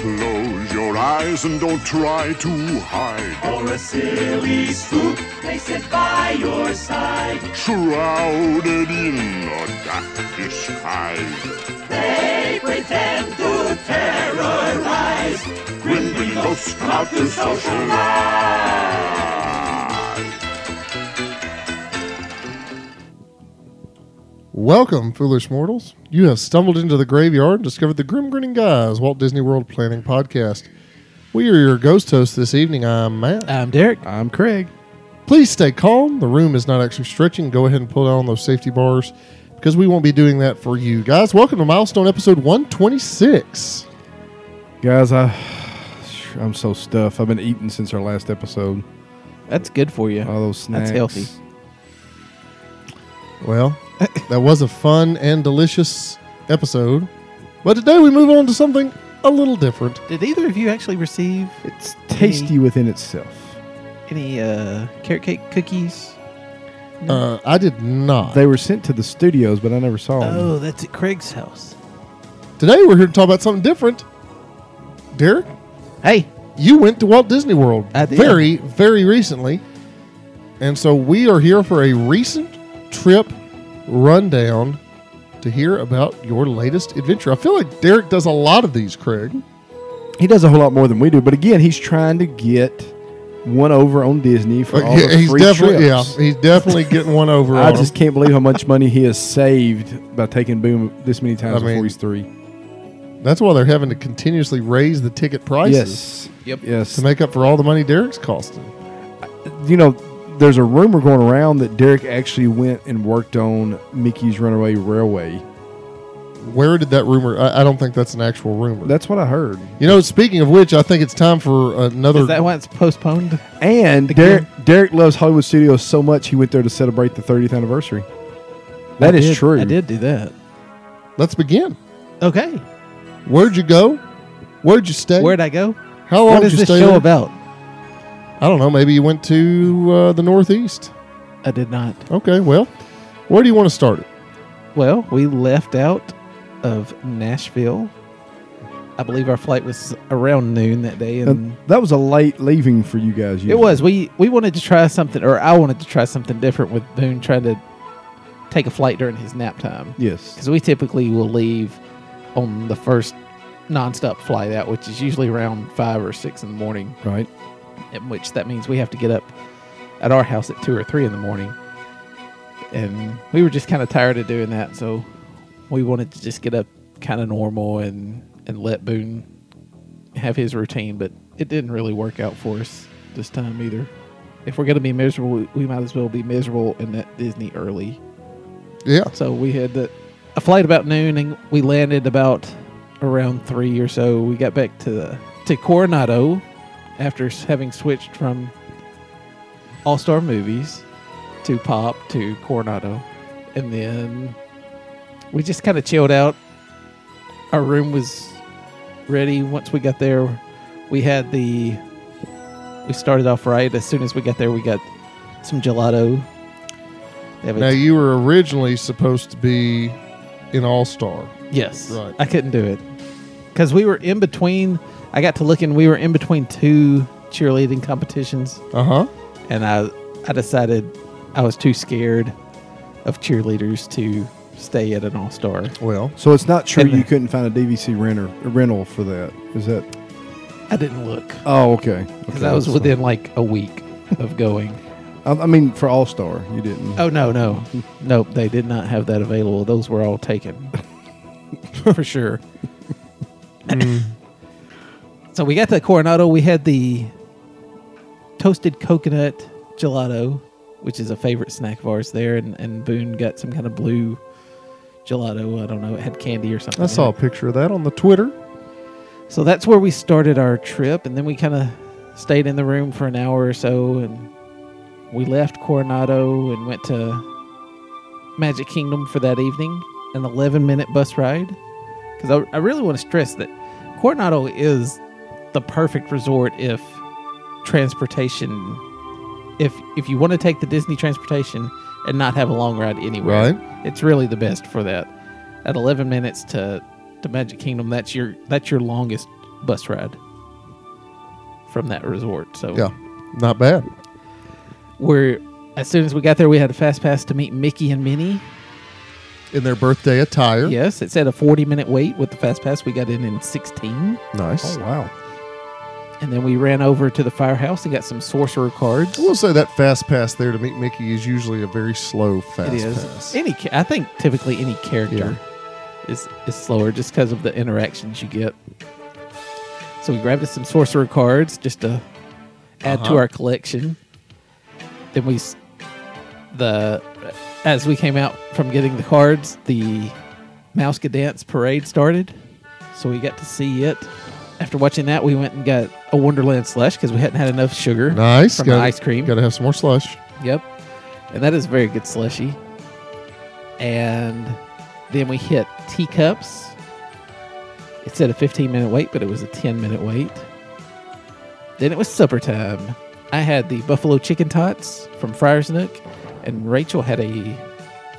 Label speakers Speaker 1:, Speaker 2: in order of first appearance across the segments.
Speaker 1: Close your eyes and don't try to hide.
Speaker 2: Or a silly spook, they sit by your side.
Speaker 1: Shrouded in a dark disguise.
Speaker 2: They pretend to terrorize.
Speaker 1: Grim green ghosts come out to socialize.
Speaker 3: Welcome, foolish mortals. You have stumbled into the graveyard and discovered the Grim Grinning Guys Walt Disney World Planning Podcast. We are your ghost hosts this evening. I'm Matt.
Speaker 4: I'm Um, Derek.
Speaker 5: I'm Craig.
Speaker 3: Please stay calm. The room is not actually stretching. Go ahead and pull down those safety bars because we won't be doing that for you guys. Welcome to Milestone Episode 126.
Speaker 5: Guys, I I'm so stuffed. I've been eating since our last episode.
Speaker 4: That's good for you.
Speaker 5: All those snacks.
Speaker 4: That's healthy.
Speaker 3: Well, that was a fun and delicious episode, but today we move on to something a little different.
Speaker 4: Did either of you actually receive
Speaker 5: It's tasty within itself.
Speaker 4: any uh, carrot cake cookies?
Speaker 3: Uh, I did not.
Speaker 5: They were sent to the studios, but I never saw them.
Speaker 4: Oh, that's at Craig's house.
Speaker 3: Today we're here to talk about something different. Derek,
Speaker 4: Hey,
Speaker 3: you went to Walt Disney World
Speaker 4: I did.
Speaker 3: very, very recently. And so we are here for a recent trip rundown to hear about your latest adventure. I feel like Derek does a lot of these, Craig.
Speaker 5: He does a whole lot more than we do, but again, he's trying to get one over on Disney for all
Speaker 3: Yeah,
Speaker 5: the
Speaker 3: he's
Speaker 5: free
Speaker 3: definitely yeah,
Speaker 5: trips.
Speaker 3: he's definitely getting one over
Speaker 5: I
Speaker 3: on
Speaker 5: just
Speaker 3: him.
Speaker 5: can't believe how much money he has saved by taking Boom this many times
Speaker 3: I mean,
Speaker 5: before he's three.
Speaker 3: That's why they're having to continuously raise the ticket prices
Speaker 5: Yes.
Speaker 4: Yep.
Speaker 5: Yes.
Speaker 3: to make up for all the money Derek's costing.
Speaker 5: you know, there's a rumor going around that Derek actually went and worked on Mickey's Runaway Railway.
Speaker 3: Where did that rumor? I, I don't think that's an actual rumor.
Speaker 5: That's what I heard.
Speaker 3: you know, speaking of which, I think it's time for another.
Speaker 4: is that why it's postponed?
Speaker 5: And
Speaker 4: Again.
Speaker 5: Derek, Derek loves Hollywood Studios so much he went there to celebrate the 30th anniversary. That
Speaker 4: I
Speaker 5: is
Speaker 4: did-
Speaker 5: true.
Speaker 4: I did do that.
Speaker 3: Let's begin.
Speaker 4: Okay.
Speaker 3: Where'd you go? Where'd you stay?
Speaker 4: Where'd I go?
Speaker 3: How long
Speaker 4: What
Speaker 3: did
Speaker 4: is
Speaker 3: you
Speaker 4: this
Speaker 3: stay
Speaker 4: show
Speaker 3: there?
Speaker 4: about?
Speaker 3: I don't know. Maybe you went to uh, the Northeast.
Speaker 4: I did not.
Speaker 3: Okay, well, where do you want to start it?
Speaker 4: Well, we left out of Nashville. I believe our flight was around noon that day, and
Speaker 5: And that was a late leaving for you guys. usually.
Speaker 4: It was. We we wanted to try something, or I wanted to try something different with Boone trying to take a flight during his nap time
Speaker 5: Yes.
Speaker 4: because we typically will leave on the first nonstop flight out, which is usually around five or six in the morning,
Speaker 5: Right.
Speaker 4: in which that means we have to get up at our house at two or three in the morning. And we were just kind of tired of doing that, so we wanted to just get up kind of normal and and let Boone have his routine, but it didn't really work out for us this time either. If we're going to be miserable, we- we might as well be miserable and at Disney early.
Speaker 3: Yeah.
Speaker 4: So we had the, a flight about noon, and we landed about around three or so. We got back to the, to Coronado after s- having switched from All Star Movies to Pop to Coronado, and then we just kind of chilled out. Our room was ready once we got there. We had the we started off right. As soon as we got there, we got some gelato. They have a
Speaker 3: Now, you were originally supposed to be in All Star.
Speaker 4: Yes.
Speaker 3: Right.
Speaker 4: I couldn't do it. Because we were in between, I got to looking, we were in between two cheerleading competitions,
Speaker 3: Uh huh.
Speaker 4: and I, I decided I was too scared of cheerleaders to stay at an all star.
Speaker 3: Well,
Speaker 5: So it's not true
Speaker 4: And the-
Speaker 5: you couldn't find a DVC renter, rental for that. Is that?
Speaker 4: I didn't look
Speaker 5: Oh, okay.
Speaker 4: because
Speaker 5: Okay,
Speaker 4: I was
Speaker 5: that's
Speaker 4: within like a week of going.
Speaker 5: fine. I, I mean, for All Star, you didn't.
Speaker 4: Oh, no, no. Nope, they did not have that available. Those were all taken for sure.
Speaker 3: mm,
Speaker 4: so we got to Coronado. We had the toasted coconut gelato, which is a favorite snack of ours there. And, and Boone got some kind of blue gelato. I don't know. It had candy or something.
Speaker 3: I
Speaker 4: in
Speaker 3: saw a
Speaker 4: it.
Speaker 3: picture of that on the Twitter.
Speaker 4: So that's where we started our trip, and then we kind of stayed in the room for an hour or so, and we left Coronado and went to Magic Kingdom for that evening, an 11 minute bus ride. Because I, I really want to stress that Coronado is the perfect resort if transportation, if if you want to take the Disney transportation and not have a long ride anywhere,
Speaker 3: Right.
Speaker 4: it's really the best for that. At 11 minutes to to Magic Kingdom, that's your that's your longest bus ride from that resort. So
Speaker 3: Yeah, not bad.
Speaker 4: we're as soon as we got there, we had a fast pass to meet Mickey and Minnie.
Speaker 3: In their birthday attire.
Speaker 4: Yes, it said a 40 minute wait with the fast pass. We got in in 16, Oh,
Speaker 3: Nice.
Speaker 5: wow.
Speaker 4: and then we ran over to the firehouse and got some sorcerer cards.
Speaker 3: I will say that fast pass there to meet Mickey is usually a very slow fast
Speaker 4: It is
Speaker 3: pass.
Speaker 4: any. ca- I think typically any character is is slower just because of the interactions you get. So we grabbed us some sorcerer cards just to add
Speaker 3: Uh-huh.
Speaker 4: to our collection. Then we s- the as we came out from getting the cards, the Mouska Dance Parade started. So we got to see it. After watching that, we went and got a Wonderland slush because we hadn't had enough sugar.
Speaker 3: Nice.
Speaker 4: from
Speaker 3: Gotta-
Speaker 4: the ice cream.
Speaker 3: Gotta have some more slush.
Speaker 4: Yep. And that is a very good slushy. And then we hit teacups. It said a 15 minute wait, but it was a 10 minute wait. Then it was supper time. I had the buffalo chicken tots from Friar's Nook, and Rachel had a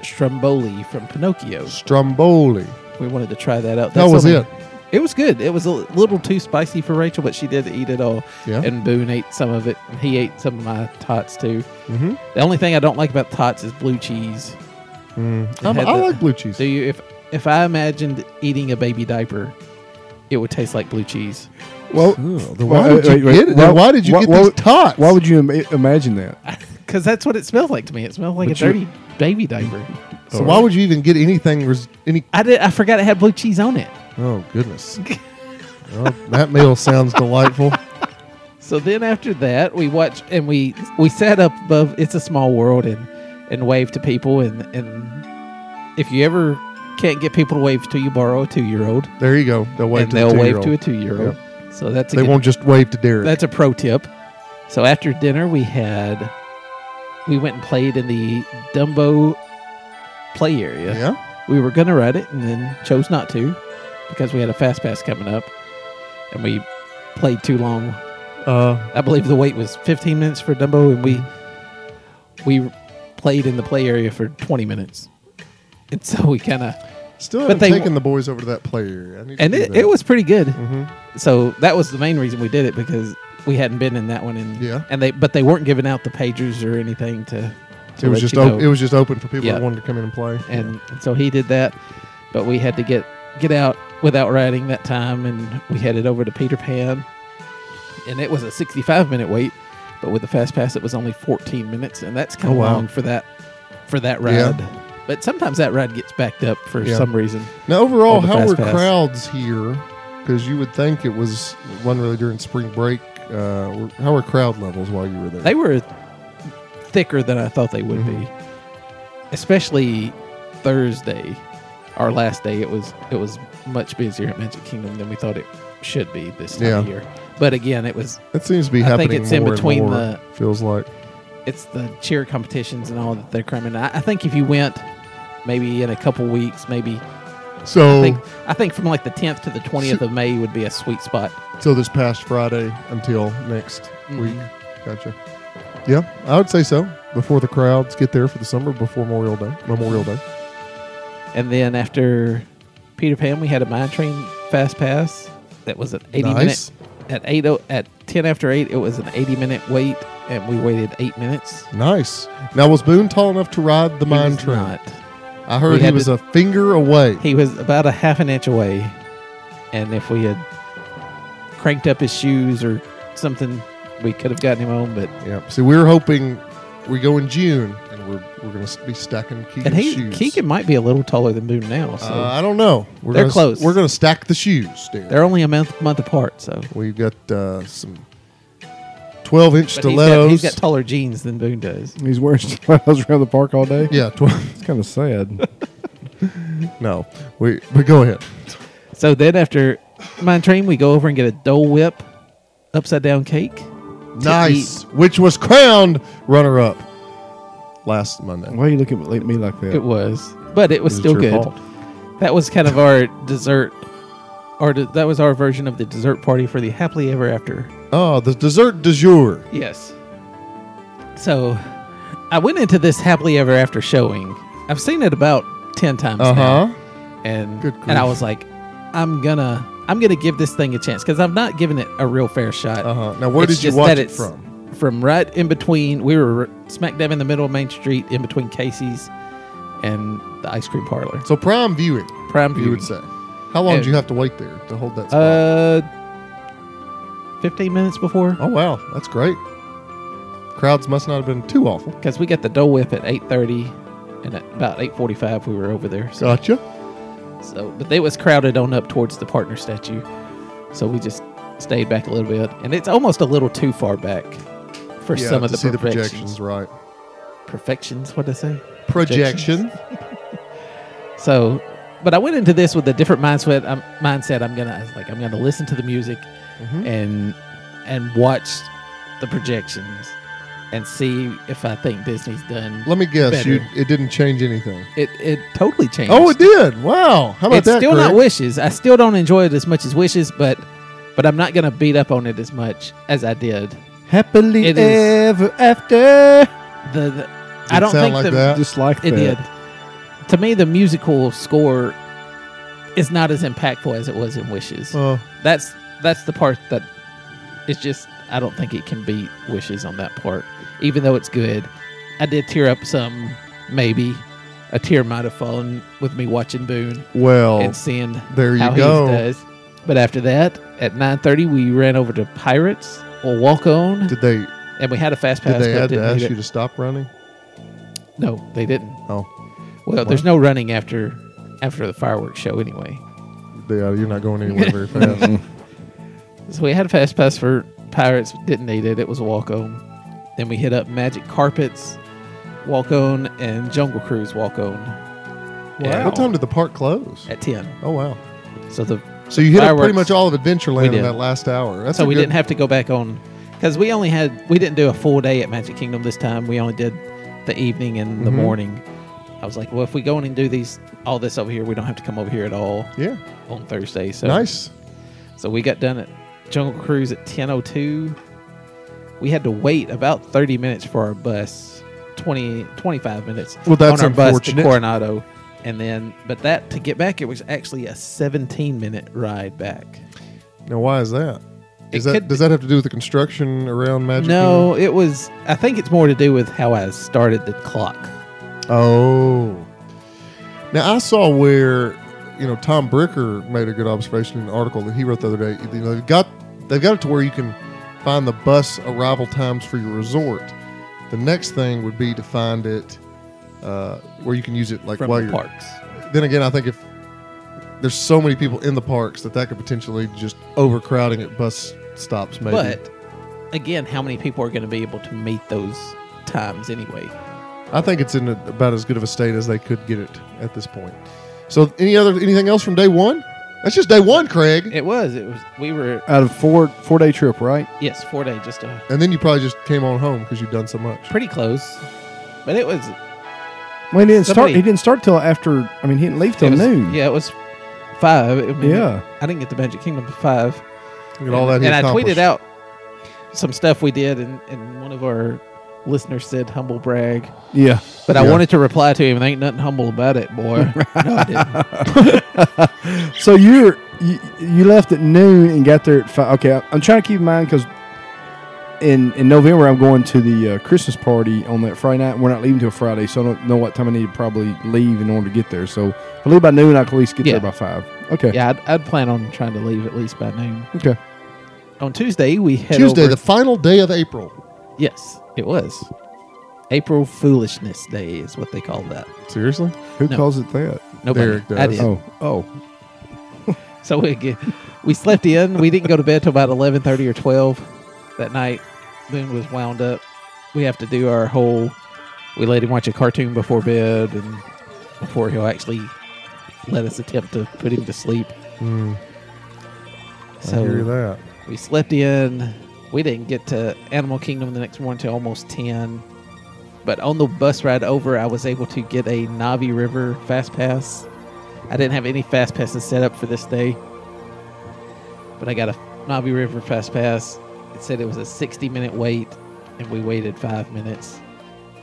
Speaker 4: stromboli from Pinocchio.
Speaker 3: Stromboli.
Speaker 4: We wanted to try that out.
Speaker 3: How was
Speaker 4: something-
Speaker 3: it?
Speaker 4: It was good. It was a little too spicy for Rachel, but she did eat it all.
Speaker 3: Yeah.
Speaker 4: And Boone ate some of it. and He ate some of my tots too. Mm-hmm. The only thing I don't like about tots is blue cheese. It
Speaker 3: Um, I
Speaker 4: had the-
Speaker 3: like blue cheese.
Speaker 4: Do you? If if I imagined eating a baby diaper, it would taste like blue cheese.
Speaker 5: Well, uh,
Speaker 3: then why would you get it? Then why did you get these tots?
Speaker 5: Why would you Im- imagine that?
Speaker 4: Because that's what it smelled like to me. It smelled like
Speaker 5: But
Speaker 4: a
Speaker 5: you-
Speaker 4: dirty baby diaper.
Speaker 3: So why would you even get anything? Res- any?
Speaker 4: I did. I forgot it had blue cheese on it.
Speaker 3: Oh goodness. Well, that meal sounds delightful.
Speaker 4: So then after that, we watch and we we sat up above. It's a small world and and wave to people and and if you ever can't get people to wave to you, borrow a two year old
Speaker 3: There you go. They'll wave
Speaker 4: and
Speaker 3: to
Speaker 4: they'll
Speaker 3: the
Speaker 4: wave to a
Speaker 3: two-year-old.
Speaker 4: two year old. So that's a
Speaker 3: They
Speaker 4: good-
Speaker 3: won't just wave to Derek.
Speaker 4: that's a pro tip. So after dinner, we had we went and played in the Dumbo play area.
Speaker 3: yeah.
Speaker 4: We were gonna ride it and then chose not to because we had a fast pass coming up and we played too long
Speaker 3: Uh,
Speaker 4: I believe the wait was 15 minutes for Dumbo, and we we played in the play area for 20 minutes, and so we kind of
Speaker 3: still haven't
Speaker 4: they-
Speaker 3: taken the boys over to that play area. I need to
Speaker 4: and
Speaker 3: do
Speaker 4: it,
Speaker 3: that.
Speaker 4: it was pretty good.
Speaker 3: Mm-hmm.
Speaker 4: So that was the main reason we did it because we hadn't been in that one, and
Speaker 3: Yeah.
Speaker 4: and they but they weren't giving out the pagers or anything to. to
Speaker 3: It was
Speaker 4: let
Speaker 3: just
Speaker 4: you
Speaker 3: op-
Speaker 4: know.
Speaker 3: it was just open for people
Speaker 4: Yeah.
Speaker 3: that wanted to come in and play.
Speaker 4: and so he did that, but we had to get get out without riding that time, and we headed over to Peter Pan, and it was a 65 minute wait, but with the fast pass, it was only 14 minutes, and that's kind
Speaker 3: Oh,
Speaker 4: of
Speaker 3: wow.
Speaker 4: long for that for that
Speaker 3: Yeah.
Speaker 4: ride. But sometimes that ride gets backed up for
Speaker 3: Yeah.
Speaker 4: some reason.
Speaker 3: now overall,
Speaker 4: Or the
Speaker 3: how
Speaker 4: Fast
Speaker 3: were
Speaker 4: Pass.
Speaker 3: crowds here? Because you would think it was one really during spring break. Uh, were- how were crowd levels while you were there?
Speaker 4: They were thicker than I thought they would be, especially Thursday, our last day. It was it was much busier at Magic Kingdom than we thought it should be this time of
Speaker 3: Yeah.
Speaker 4: year. But again, it was
Speaker 3: that seems to be
Speaker 4: I think
Speaker 3: happening.
Speaker 4: it's in
Speaker 3: more and
Speaker 4: between
Speaker 3: more,
Speaker 4: the-
Speaker 3: feels like
Speaker 4: it's the cheer competitions and all that they're cramming. I, I think if you went maybe in a couple weeks, maybe I
Speaker 3: so.
Speaker 4: think I think from like the tenth to the twentieth of May would be a sweet spot.
Speaker 3: So this past Friday until next
Speaker 4: Mm-hmm.
Speaker 3: week. Gotcha. Yeah, I would say so. Before the crowds get there for the summer, before Memorial Day. Memorial Day.
Speaker 4: And then after Peter Pan, we had a mine train fast pass that was an eighty
Speaker 3: Nice.
Speaker 4: minute at eight o at ten after eight. It was an eighty minute wait, and we waited eight minutes.
Speaker 3: Nice. Now was Boone tall enough to ride the
Speaker 4: He
Speaker 3: mine
Speaker 4: was
Speaker 3: train?
Speaker 4: not.
Speaker 3: I heard
Speaker 4: He
Speaker 3: he
Speaker 4: had
Speaker 3: was
Speaker 4: to-
Speaker 3: a finger away.
Speaker 4: He was about a half an inch away, and if we had cranked up his shoes or something, we could have gotten him home. But
Speaker 3: Yep. See, we were hoping we go in June and we're we're gonna s- be stacking Keegan's
Speaker 4: And he
Speaker 3: shoes.
Speaker 4: Keegan might be a little taller than Boone now, so
Speaker 3: Uh, I don't know. We're
Speaker 4: They're
Speaker 3: gonna, s-
Speaker 4: close.
Speaker 3: We're gonna stack the shoes, dude.
Speaker 4: they're only a month month apart. So
Speaker 3: We've got uh, some twelve inch
Speaker 4: But he's got,
Speaker 3: stilettos.
Speaker 4: he's got taller jeans than Boone does.
Speaker 5: He's wearing stilettos around the park all day.
Speaker 3: yeah, twelve.
Speaker 5: It's kind of sad.
Speaker 3: No, we but go ahead.
Speaker 4: So then after mine train, we go over and get a Dole Whip upside down cake.
Speaker 3: Nice, which was crowned runner up last Monday.
Speaker 5: Why are you looking at me like that?
Speaker 4: It was, but it
Speaker 3: It was
Speaker 4: was
Speaker 3: your
Speaker 4: still good.
Speaker 3: fault.
Speaker 4: That was kind of our dessert, or de- that was our version of the dessert party for the happily ever after.
Speaker 3: Oh, the dessert du jour.
Speaker 4: Yes. So I went into this happily ever after showing. I've seen it about ten times
Speaker 3: Uh
Speaker 4: now.
Speaker 3: huh.
Speaker 4: and
Speaker 3: Good
Speaker 4: and I
Speaker 3: grief.
Speaker 4: was like, I'm gonna I'm going to give this thing a chance because I've not given it a real fair shot.
Speaker 3: Uh-huh. Now, where
Speaker 4: It's
Speaker 3: did you
Speaker 4: just
Speaker 3: watch
Speaker 4: that
Speaker 3: it
Speaker 4: it's
Speaker 3: from?
Speaker 4: From right in between. We were r- smack dab in the middle of Main Street, in between Casey's and the ice cream parlor.
Speaker 3: So prime viewing,
Speaker 4: Prime
Speaker 3: you would
Speaker 4: viewing.
Speaker 3: say. How long
Speaker 4: Yeah.
Speaker 3: did you have to wait there to hold that spot?
Speaker 4: Oh. Uh, 15 minutes before
Speaker 3: oh wow, that's great. Crowds must not have been too awful.
Speaker 4: because we got the Dole Whip at 8:30, and at about 8:45 we were over there. So,
Speaker 3: Gotcha.
Speaker 4: so but they was crowded on up towards the partner statue, so we just stayed back a little bit, and it's almost a little too far back for
Speaker 3: Yeah,
Speaker 4: some of
Speaker 3: to
Speaker 4: the
Speaker 3: see the
Speaker 4: perfections.
Speaker 3: projections, right?
Speaker 4: Perfections, what did I say?
Speaker 3: Projection.
Speaker 4: So, but I went into this with a different mindset. I'm, mindset. I'm gonna I was like I'm gonna listen to the music
Speaker 3: Mm-hmm.
Speaker 4: and and watch the projections and see if I think Disney's done.
Speaker 3: Let me guess,
Speaker 4: better.
Speaker 3: you it didn't change anything.
Speaker 4: It it totally changed.
Speaker 3: Oh, it did. Wow. How about
Speaker 4: It's
Speaker 3: that?
Speaker 4: still not
Speaker 3: Greg?
Speaker 4: wishes. I still don't enjoy it as much as wishes, but but I'm not gonna beat up on it as much as I did.
Speaker 5: Happily
Speaker 4: It is-
Speaker 5: ever after.
Speaker 4: The, the I
Speaker 3: Didn't
Speaker 4: don't
Speaker 3: sound
Speaker 4: think
Speaker 3: like
Speaker 4: the,
Speaker 3: that.
Speaker 5: Just like
Speaker 4: it
Speaker 5: that.
Speaker 4: did. To me, the musical score is not as impactful as it was in Wishes.
Speaker 3: Uh,
Speaker 4: that's that's the part that it's just I don't think it can beat Wishes on that part. Even though it's good, I did tear up some. Maybe a tear might have fallen with me watching Boone
Speaker 3: well,
Speaker 4: and seeing
Speaker 3: Oh, there you
Speaker 4: how
Speaker 3: go.
Speaker 4: he does. But after that, at nine thirty, we ran over to Pirates or Walk On,
Speaker 3: did they
Speaker 4: and we had a fast pass.
Speaker 3: did they
Speaker 4: but
Speaker 3: had to
Speaker 4: didn't
Speaker 3: ask
Speaker 4: need it.
Speaker 3: you to stop running?
Speaker 4: No, they didn't.
Speaker 3: Oh,
Speaker 4: Well, there's no running after after the fireworks show anyway.
Speaker 3: yeah, uh, you're not going anywhere very fast.
Speaker 4: So we had a fast pass for Pirates, didn't need it. It was a walk on. Then we hit up Magic Carpets, walk on, and Jungle Cruise walk on.
Speaker 3: Wow. What time did the park close?
Speaker 4: At ten.
Speaker 3: Oh wow.
Speaker 4: So the
Speaker 3: So you hit up pretty
Speaker 4: Fireworks.
Speaker 3: much all of Adventureland in
Speaker 4: did.
Speaker 3: that last hour. That's
Speaker 4: so
Speaker 3: a
Speaker 4: we
Speaker 3: good-
Speaker 4: didn't have to go back on because we only had we didn't do a full day at Magic Kingdom this time. We only did the evening and
Speaker 3: Mm-hmm.
Speaker 4: the morning. I was like, well, if we go in and do these all this over here, we don't have to come over here at all
Speaker 3: Yeah,
Speaker 4: on Thursday. So
Speaker 3: nice.
Speaker 4: So we got done at Jungle Cruise at 10:02. We had to wait about 30 minutes for our bus, 20 25 minutes
Speaker 3: Well, that's
Speaker 4: on our bus to
Speaker 3: unfortunate.
Speaker 4: Coronado. And then but that to get back it was actually a 17 minute ride back.
Speaker 3: Now, why is that? Is
Speaker 4: It
Speaker 3: that
Speaker 4: could
Speaker 3: does that have to do with the construction around Magic?
Speaker 4: No, it was I think it's more to do with how I started the clock.
Speaker 3: Kingdom? Oh. Now I saw where you know Tom Bricker made a good observation in an article that he wrote the other day. You know, they've got they've got it to where you can find the bus arrival times for your resort. The next thing would be to find it uh, where you can use it like
Speaker 4: From
Speaker 3: while
Speaker 4: the
Speaker 3: you're
Speaker 4: parks.
Speaker 3: then again, I think if there's so many people in the parks that that could potentially just overcrowding at bus stops, maybe.
Speaker 4: But again, how many people are going to be able to meet those times anyway?
Speaker 3: I think it's in a, about as good of a state as they could get it at this point. So, any other anything else from day one? That's just day one, Craig.
Speaker 4: It was it was we were
Speaker 5: Out of four four day trip, right?
Speaker 4: yes, 4 day just a
Speaker 3: and then you probably just came on home because you've done so much.
Speaker 4: pretty close. But it was
Speaker 5: Well, he didn't
Speaker 4: Somebody-
Speaker 5: start. He didn't start till after. I mean, he didn't leave till
Speaker 4: it was-
Speaker 5: noon.
Speaker 4: Yeah, it was five. I mean,
Speaker 5: Yeah.
Speaker 4: I didn't get the Magic Kingdom to five.
Speaker 3: Look at all that. he
Speaker 4: and I
Speaker 3: accomplished.
Speaker 4: tweeted out some stuff we did, and, and one of our listeners said humble brag.
Speaker 5: yeah.
Speaker 4: But I
Speaker 3: Yeah.
Speaker 4: wanted to reply to him, and ain't nothing humble about it, boy. no, I didn't.
Speaker 5: So you're you, you left at noon and got there at five. Okay, I- I'm trying to keep in mind because in in November I'm going to the uh, Christmas party on that Friday night. We're not leaving till Friday, so I don't know what time I need to probably leave in order to get there. So if I leave by noon, I can at least get
Speaker 4: Yeah.
Speaker 5: there by five. Okay.
Speaker 4: Yeah, I'd, I'd plan on trying to leave at least by noon.
Speaker 5: Okay.
Speaker 4: On Tuesday, we head
Speaker 3: Tuesday,
Speaker 4: over-
Speaker 3: the final day of April.
Speaker 4: yes, it was. April Foolishness Day is what they call that.
Speaker 3: Seriously?
Speaker 5: Who
Speaker 4: No.
Speaker 5: calls it that?
Speaker 4: Nobody,
Speaker 3: Derek
Speaker 4: I
Speaker 3: does.
Speaker 4: did.
Speaker 5: Oh, oh,
Speaker 4: So we get, we slept in. We didn't go to bed till about eleven thirty or twelve that night. Boone was wound up. We have to do our whole. We let him watch a cartoon before bed, and before he'll actually let us attempt to put him to sleep.
Speaker 3: I hear
Speaker 4: So
Speaker 3: that.
Speaker 4: we slept in. We didn't get to Animal Kingdom the next morning till almost ten. But on the bus ride over, I was able to get a Navi River fast pass. I didn't have any fast passes set up for this day, but I got a Navi River fast pass. It said it was a 60 minute wait, and we waited five minutes.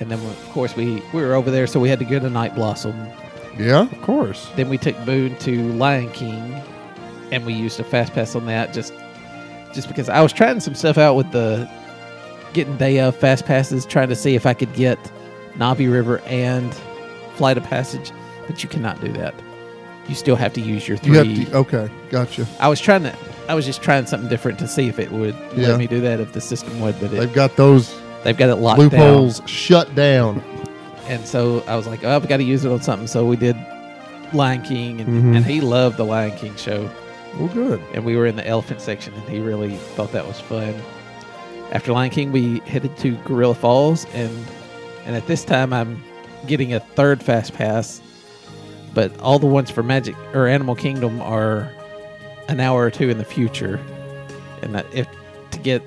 Speaker 4: And then, of course, we, we were over there, so we had to go to Night Blossom.
Speaker 3: Yeah.
Speaker 5: of course.
Speaker 4: Then we took Boone to Lion King, and we used a fast pass on that just just because I was trying some stuff out with the getting day of fast passes, trying to see if I could get Navi River and Flight of Passage, but you cannot do that. You still have to use your
Speaker 3: You
Speaker 4: three.
Speaker 3: have to, oh. okay, gotcha.
Speaker 4: I was trying to. I was just trying something different to see if it would
Speaker 3: Yeah.
Speaker 4: let me do that if the system would, but it,
Speaker 3: They've got those
Speaker 4: they've got it locked down.
Speaker 3: loopholes shut down.
Speaker 4: And so I was like, oh, I've got to use it on something. So we did Lion King, and,
Speaker 3: Mhm.
Speaker 4: and he loved the Lion King show.
Speaker 3: Well, good.
Speaker 4: And we were in the elephant section, and he really thought that was fun. After Lion King, we headed to Gorilla Falls, and and at this time, I'm getting a third fast pass. But all the ones for Magic or Animal Kingdom are an hour or two in the future, and that if to get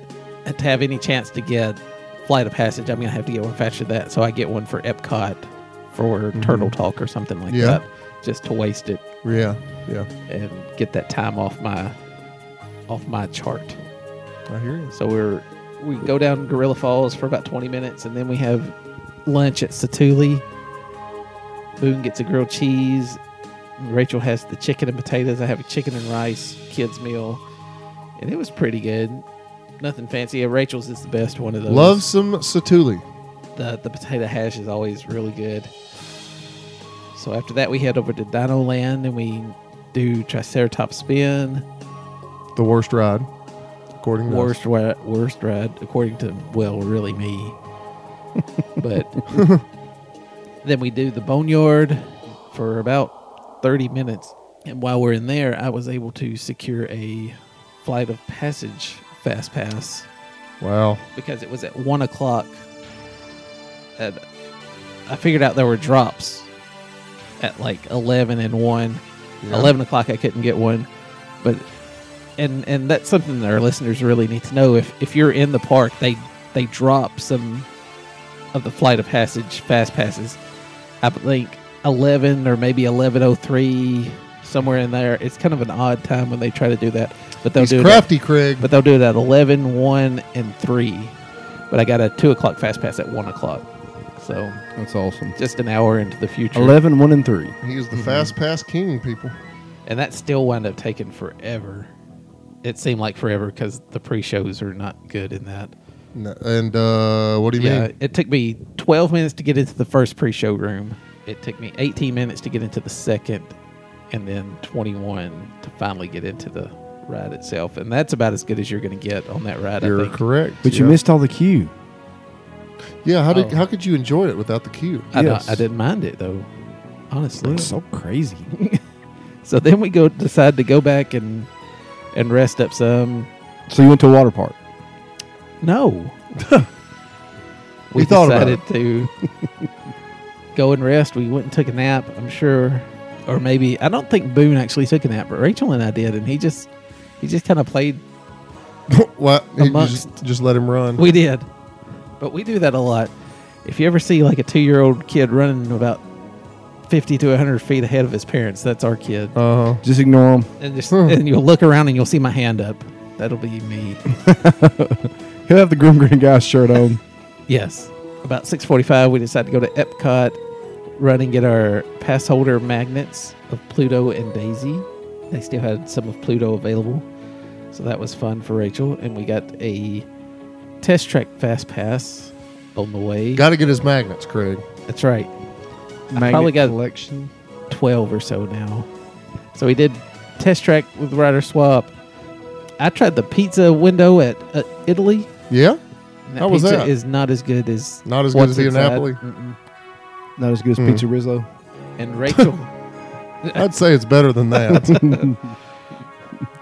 Speaker 4: to have any chance to get Flight of Passage, I'm gonna have to get one faster than that. So I get one for Epcot for Turtle Talk or something like
Speaker 3: Yeah.
Speaker 4: that, just to waste it
Speaker 3: Yeah, yeah.
Speaker 4: and get that time off my off my chart.
Speaker 3: I hear you.
Speaker 4: So we're we go down Gorilla Falls for about 20 minutes, and then we have lunch at Satuli. Boone gets a grilled cheese. Rachel has the chicken and potatoes. I have a chicken and rice kids meal, and it was pretty good. Nothing fancy. Uh, Rachel's is the best one of those.
Speaker 3: Love some Satuli.
Speaker 4: the the potato hash is always really good. So after that, we head over to Dino Land and we do Triceratops Spin.
Speaker 3: The worst ride, according to us.
Speaker 4: worst ri- worst ride according to well really me but then we do the boneyard for about 30 minutes and while we're in there i was able to secure a flight of passage fast pass
Speaker 3: Wow.
Speaker 4: because it was at one o'clock and i figured out there were drops at like 11 and 1
Speaker 3: Yeah.
Speaker 4: 11 o'clock i couldn't get one but and and that's something that our listeners really need to know if if you're in the park they they drop some of the flight of passage fast passes i think 11 or maybe 1103 somewhere in there it's kind of an odd time when they try to do that but they'll
Speaker 3: He's
Speaker 4: do it at-
Speaker 3: crafty, Craig.
Speaker 4: but they'll do it at 11, 1, and 3. But I got a 2 o'clock fast pass at 1 o'clock. So
Speaker 5: That's awesome.
Speaker 4: just an hour into the future.
Speaker 5: 11, 1, and 3.
Speaker 3: he is the fast pass king, people.
Speaker 4: And that still wound up taking forever. It seemed like forever because the pre shows are not good in that.
Speaker 3: No, and uh, what do you
Speaker 4: Yeah,
Speaker 3: mean?
Speaker 4: it took me 12 minutes to get into the first pre show room. It took me 18 minutes to get into the second, and then 21 to finally get into the ride itself. And that's about as good as you're going to get on that ride, I
Speaker 3: You're
Speaker 4: think.
Speaker 3: correct.
Speaker 5: But you
Speaker 3: yeah.
Speaker 5: missed all the queue.
Speaker 3: Yeah. How did?
Speaker 4: Oh.
Speaker 3: How could you enjoy it without the queue?
Speaker 4: I, don't-
Speaker 5: Yes.
Speaker 4: I didn't mind it, though, honestly.
Speaker 5: so crazy.
Speaker 4: So then we go decide to go back and and rest up some.
Speaker 5: So you went to a water park.
Speaker 4: No,
Speaker 3: We thought about
Speaker 4: decided to go and rest. We went and took a nap. I'm sure, or maybe I don't think Boone actually took a nap, but Rachel and I did, and he just he just kind of played.
Speaker 3: what? You
Speaker 4: Amongst-
Speaker 3: just, just let him run.
Speaker 4: We did, but we do that a lot. If you ever see like a two year old kid running about fifty to hundred feet ahead of his parents, that's our kid.
Speaker 3: uh huh.
Speaker 5: Just ignore them.
Speaker 4: and just
Speaker 3: Huh.
Speaker 4: and you'll look around and you'll see my hand up. That'll be me.
Speaker 5: He'll have the Grim Green Guy shirt on.
Speaker 4: Yes. About 6:45, we decided to go to Epcot, run and get our pass holder magnets of Pluto and Daisy. They still had some of Pluto available, so that was fun for Rachel. And we got a test track fast pass on the way.
Speaker 3: Got to get his magnets, Craig.
Speaker 4: That's right, I probably got collection. 12 or so now. So we did test track with Rider Swap. I tried the pizza window at, at Italy.
Speaker 3: Yeah.
Speaker 4: and That
Speaker 3: How was
Speaker 4: pizza
Speaker 3: that?
Speaker 4: is not as good as
Speaker 3: Not as good
Speaker 4: what's
Speaker 3: as the
Speaker 4: inside.
Speaker 3: Napoli.
Speaker 4: Mm-mm.
Speaker 5: Not as good as
Speaker 3: Hmm.
Speaker 5: Pizza Rizzo.
Speaker 4: and Rachel
Speaker 3: I'd say it's better than that.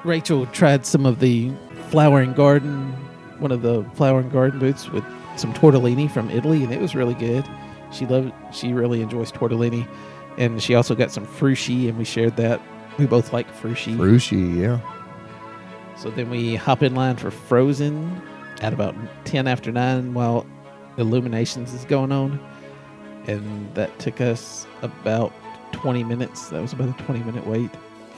Speaker 4: Rachel tried some of the flower and garden one of the flower and garden booths with some tortellini from Italy and it was really good. She loved she really enjoys tortellini and she also got some frusci and we shared that. We both like frusci.
Speaker 3: Rushi, yeah.
Speaker 4: So then we hop in line for Frozen at about 10 after 9 while Illuminations is going on. And that took us about 20 minutes. That was about a 20 minute wait.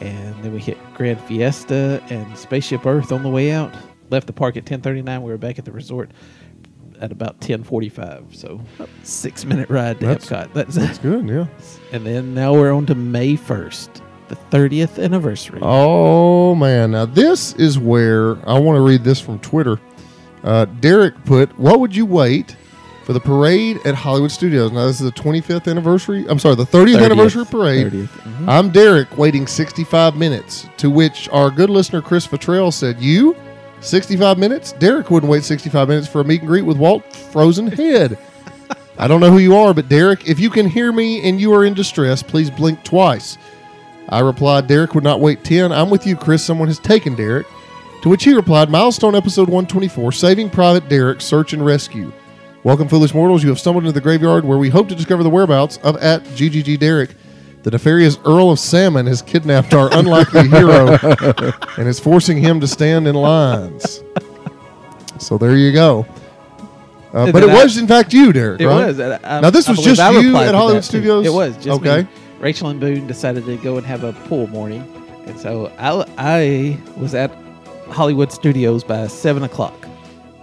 Speaker 4: And then we hit Grand Fiesta and Spaceship Earth on the way out. Left the park at 10:39. We were back at the resort at about 10:45. So, about 6 minute ride to
Speaker 3: That's-
Speaker 4: Epcot. That's,
Speaker 3: It's good, yeah.
Speaker 4: and then now we're on to May 1st. the 30th anniversary.
Speaker 3: Oh man, now this is where I want to read this from Twitter. Uh, Derek put, "What would you wait for the parade at Hollywood Studios?" Now this is the 25th anniversary. I'm sorry, the 30th,
Speaker 4: 30th,
Speaker 3: anniversary parade.
Speaker 4: 30th, mhm.
Speaker 3: Mm-hmm. I'm Derek, waiting 65 minutes. To which our good listener Chris Fattrell said, "You, 65 minutes? Derek wouldn't wait 65 minutes for a meet and greet with Walt Frozen Head." I don't know who you are, but Derek, if you can hear me and you are in distress, please blink twice. I replied, Derek would not wait 10. I'm with you, Chris. Someone has taken Derek. To which he replied, Milestone episode 124, Saving Private Derek, Search and Rescue. Welcome, foolish mortals. You have stumbled into the graveyard where we hope to discover the whereabouts of at GGG Derek. The nefarious Earl of Salmon has kidnapped our unlikely hero and is forcing him to stand in lines. So there you go. Uh,
Speaker 4: And
Speaker 3: but it
Speaker 4: then I-
Speaker 3: was, in fact, you, Derek.
Speaker 4: It
Speaker 3: right?
Speaker 4: was. and I-
Speaker 3: Now, this
Speaker 4: I
Speaker 3: was
Speaker 4: believe
Speaker 3: just
Speaker 4: I
Speaker 3: you
Speaker 4: replied
Speaker 3: at
Speaker 4: to
Speaker 3: Hollywood
Speaker 4: that, too.
Speaker 3: Studios?
Speaker 4: It was just
Speaker 3: Okay.
Speaker 4: okay. Rachel and Boone decided to go and have a pool morning, and so I, I was at Hollywood Studios by seven o'clock.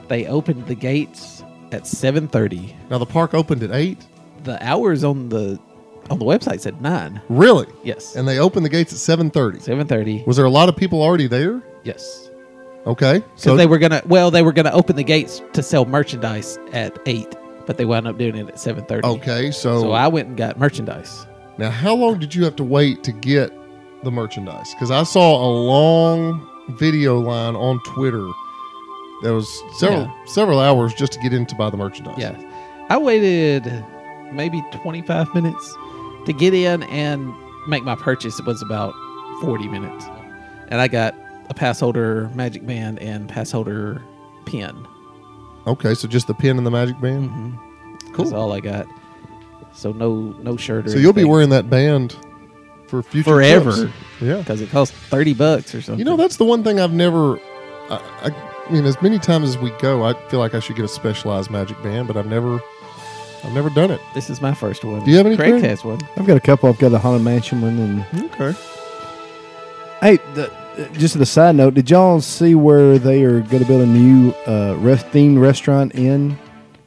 Speaker 4: They opened the gates at seven thirty.
Speaker 3: Now the park opened at eight.
Speaker 4: The hours on the on the website said nine.
Speaker 3: Really?
Speaker 4: Yes,
Speaker 3: And they opened the gates at seven thirty.
Speaker 4: seven thirty.
Speaker 3: Was there a lot of people already there?
Speaker 4: Yes,
Speaker 3: Okay.
Speaker 4: because
Speaker 3: So
Speaker 4: they were gonna. Well, they were gonna open the gates to sell merchandise at eight, but they wound up doing it at seven thirty.
Speaker 3: okay. So,
Speaker 4: So I went and got merchandise.
Speaker 3: now, how long did you have to wait to get the merchandise? Because I saw a long video line on Twitter. There was several
Speaker 4: Yeah.
Speaker 3: several hours just to get in to buy the merchandise.
Speaker 4: Yeah. I waited maybe 25 minutes to get in and make my purchase. It was about 40 minutes. And I got a pass holder magic band and pass holder pin.
Speaker 3: Okay. So just the pin and the magic band.
Speaker 4: Mm-hmm. That's
Speaker 3: Cool.
Speaker 4: all I got. So no no shirt or
Speaker 3: So you'll be wearing that band for future
Speaker 4: Forever.
Speaker 3: trips. Yeah.
Speaker 4: because it costs 30 bucks or something.
Speaker 3: You know, that's the one thing I've never. I, I, I mean, as many times as we go, I feel like I should get a specialized magic band, but I've never, I've never done it.
Speaker 4: this is my first one.
Speaker 3: Do you have any
Speaker 4: Craig
Speaker 3: friends?
Speaker 4: has one.
Speaker 5: I've got a couple. I've got a Haunted Mansion one, and
Speaker 3: Okay.
Speaker 5: hey, the, uh, just a side note, did y'all see where they are going to build a new uh, rest, themed restaurant in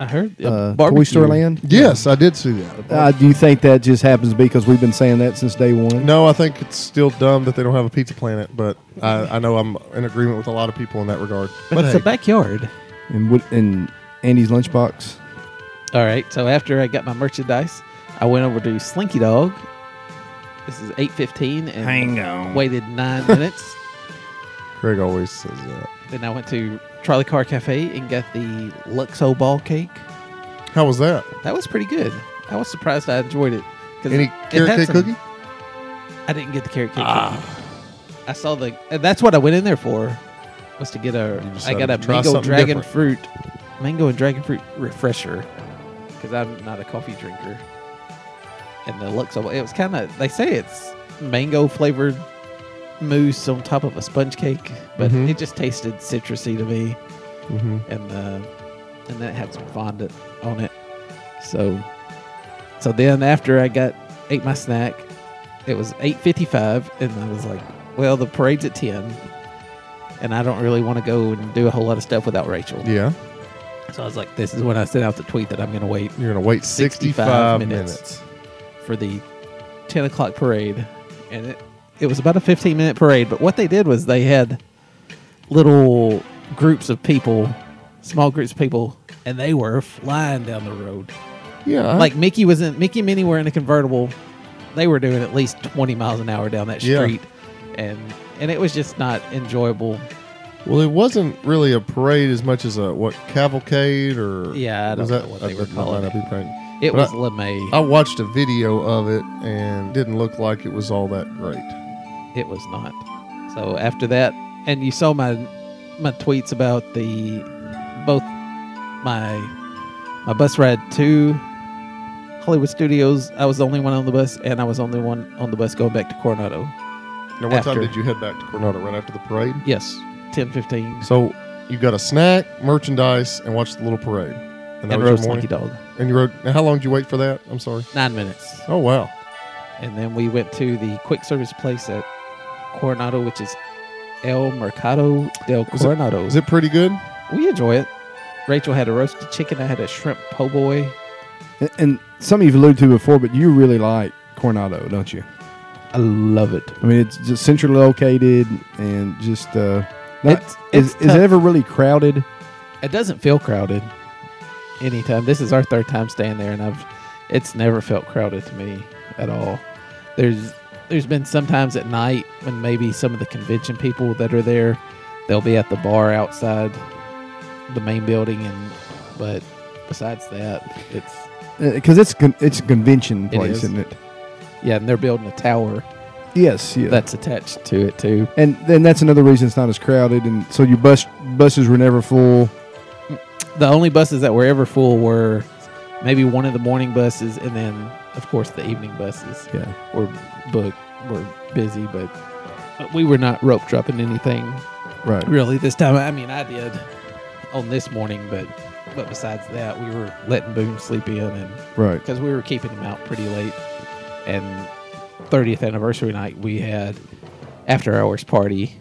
Speaker 4: I heard
Speaker 5: uh, Toy
Speaker 4: barbecue.
Speaker 5: Story Land?
Speaker 3: Yes, I did see that.
Speaker 5: Uh, do you think that just happens because we've been saying that since day one?
Speaker 3: No, I think it's still dumb that they don't have a pizza planet, but I, I know I'm in agreement with a lot of people in that regard.
Speaker 4: But
Speaker 3: But
Speaker 4: it's
Speaker 3: hey,
Speaker 4: a backyard.
Speaker 5: And what? And Andy's lunchbox.
Speaker 4: All right. So after I got my merchandise, I went over to Slinky Dog. This is eight fifteen, and
Speaker 5: on.
Speaker 4: waited nine minutes.
Speaker 3: Craig always says that.
Speaker 4: Then I went to Trolley Car Cafe and got the Luxo ball cake.
Speaker 3: How was that?
Speaker 4: That was pretty good. I was surprised I enjoyed it. 'cause
Speaker 3: Any
Speaker 4: it- it
Speaker 3: carrot
Speaker 4: had
Speaker 3: cake
Speaker 4: some-
Speaker 3: cookie?
Speaker 4: I didn't get the carrot cake
Speaker 3: Ah.
Speaker 4: cookie. I saw the. and That's what I went in there for. Was to get a.
Speaker 3: You decided
Speaker 4: I got
Speaker 3: to
Speaker 4: a
Speaker 3: try
Speaker 4: mango
Speaker 3: something
Speaker 4: dragon
Speaker 3: different.
Speaker 4: fruit, mango and dragon fruit refresher, because I'm not a coffee drinker. And the Luxo, it was kind of. They say it's mango flavored mousse on top of a sponge cake, but
Speaker 3: Mhm.
Speaker 4: it just tasted citrusy to me.
Speaker 3: Mm-hmm.
Speaker 4: and uh, and then it had some fondant on it. So so then after I got ate my snack, it was eight fifty five, and I was like, well, the parade's at ten, and I don't really want to go and do a whole lot of stuff without Rachel.
Speaker 3: Yeah,
Speaker 4: So I was like, this is when I sent out the tweet that I'm going to wait
Speaker 3: you're gonna wait 65,
Speaker 4: 65
Speaker 3: minutes.
Speaker 4: minutes. for the ten o'clock parade, and it it was about a fifteen minute parade. But what they did was they had little groups of people, small groups of people, and they were flying down the road.
Speaker 3: Yeah, I-
Speaker 4: Like Mickey was in Mickey and Minnie were in a convertible. They were doing at least twenty miles an hour down that
Speaker 3: Yeah.
Speaker 4: street, and and it was just not enjoyable.
Speaker 3: Well, it wasn't really a parade as much as a what cavalcade or
Speaker 4: Yeah, I don't
Speaker 3: was that,
Speaker 4: know what
Speaker 3: I
Speaker 4: they were
Speaker 3: think that
Speaker 4: calling
Speaker 3: might
Speaker 4: it.
Speaker 3: not be right.
Speaker 4: It
Speaker 3: But
Speaker 4: was
Speaker 3: I- Oh.
Speaker 4: LeMay.
Speaker 3: I watched a video of it and didn't look like it was all that great.
Speaker 4: It was not. So after that, and you saw my my tweets about the both my my bus ride to Hollywood Studios. I was the only one on the bus, and I was the only one on the bus going back to Coronado.
Speaker 3: Now, what time
Speaker 4: After.
Speaker 3: did you head back to Coronado? Right after the parade.
Speaker 4: Yes, ten fifteen.
Speaker 3: So you got a snack, merchandise, and watched the little parade. And
Speaker 4: And
Speaker 3: your
Speaker 4: Rose
Speaker 3: morning?
Speaker 4: Monkey Dog.
Speaker 3: And you rode. Now, how long did you wait for that? I'm sorry.
Speaker 4: Nine minutes,
Speaker 3: Oh wow.
Speaker 4: and then we went to the quick service place at Coronado, which is El Mercado del
Speaker 3: Was it-
Speaker 4: Coronado.
Speaker 3: Was it pretty good?
Speaker 4: we enjoy it. Rachel had a roasted chicken. I had a shrimp po' boy.
Speaker 5: And, and something you've alluded to before, but you really like Coronado, don't you?
Speaker 4: I love it.
Speaker 5: I mean, it's just centrally located and just uh, not,
Speaker 4: It's-
Speaker 5: is,
Speaker 4: it's
Speaker 5: is it
Speaker 4: tough.
Speaker 5: ever really crowded?
Speaker 4: It doesn't feel crowded anytime. This is our third time staying there, and I've it's never felt crowded to me at all. There's there's been sometimes at night when maybe some of the convention people that are there, they'll be at the bar outside the main building, and but besides that, it's
Speaker 5: Because Uh, it's con- it's a convention
Speaker 4: It
Speaker 5: place,
Speaker 4: is.
Speaker 5: is. isn't it?
Speaker 4: yeah, and they're building a tower
Speaker 5: Yes, yeah.
Speaker 4: that's attached to it too.
Speaker 5: and then that's another reason it's not as crowded, and so your bus buses were never full.
Speaker 4: The only buses that were ever full were maybe one of the morning buses, and then of course the evening buses.
Speaker 5: Yeah.
Speaker 4: were booked, were busy, but but we were not rope dropping anything
Speaker 5: Right.
Speaker 4: really this time. I mean, I did on this morning, but but besides that, we were letting Boone sleep in, and
Speaker 5: Right.
Speaker 4: because we were keeping him out pretty late. And 30th anniversary night, we had after hours party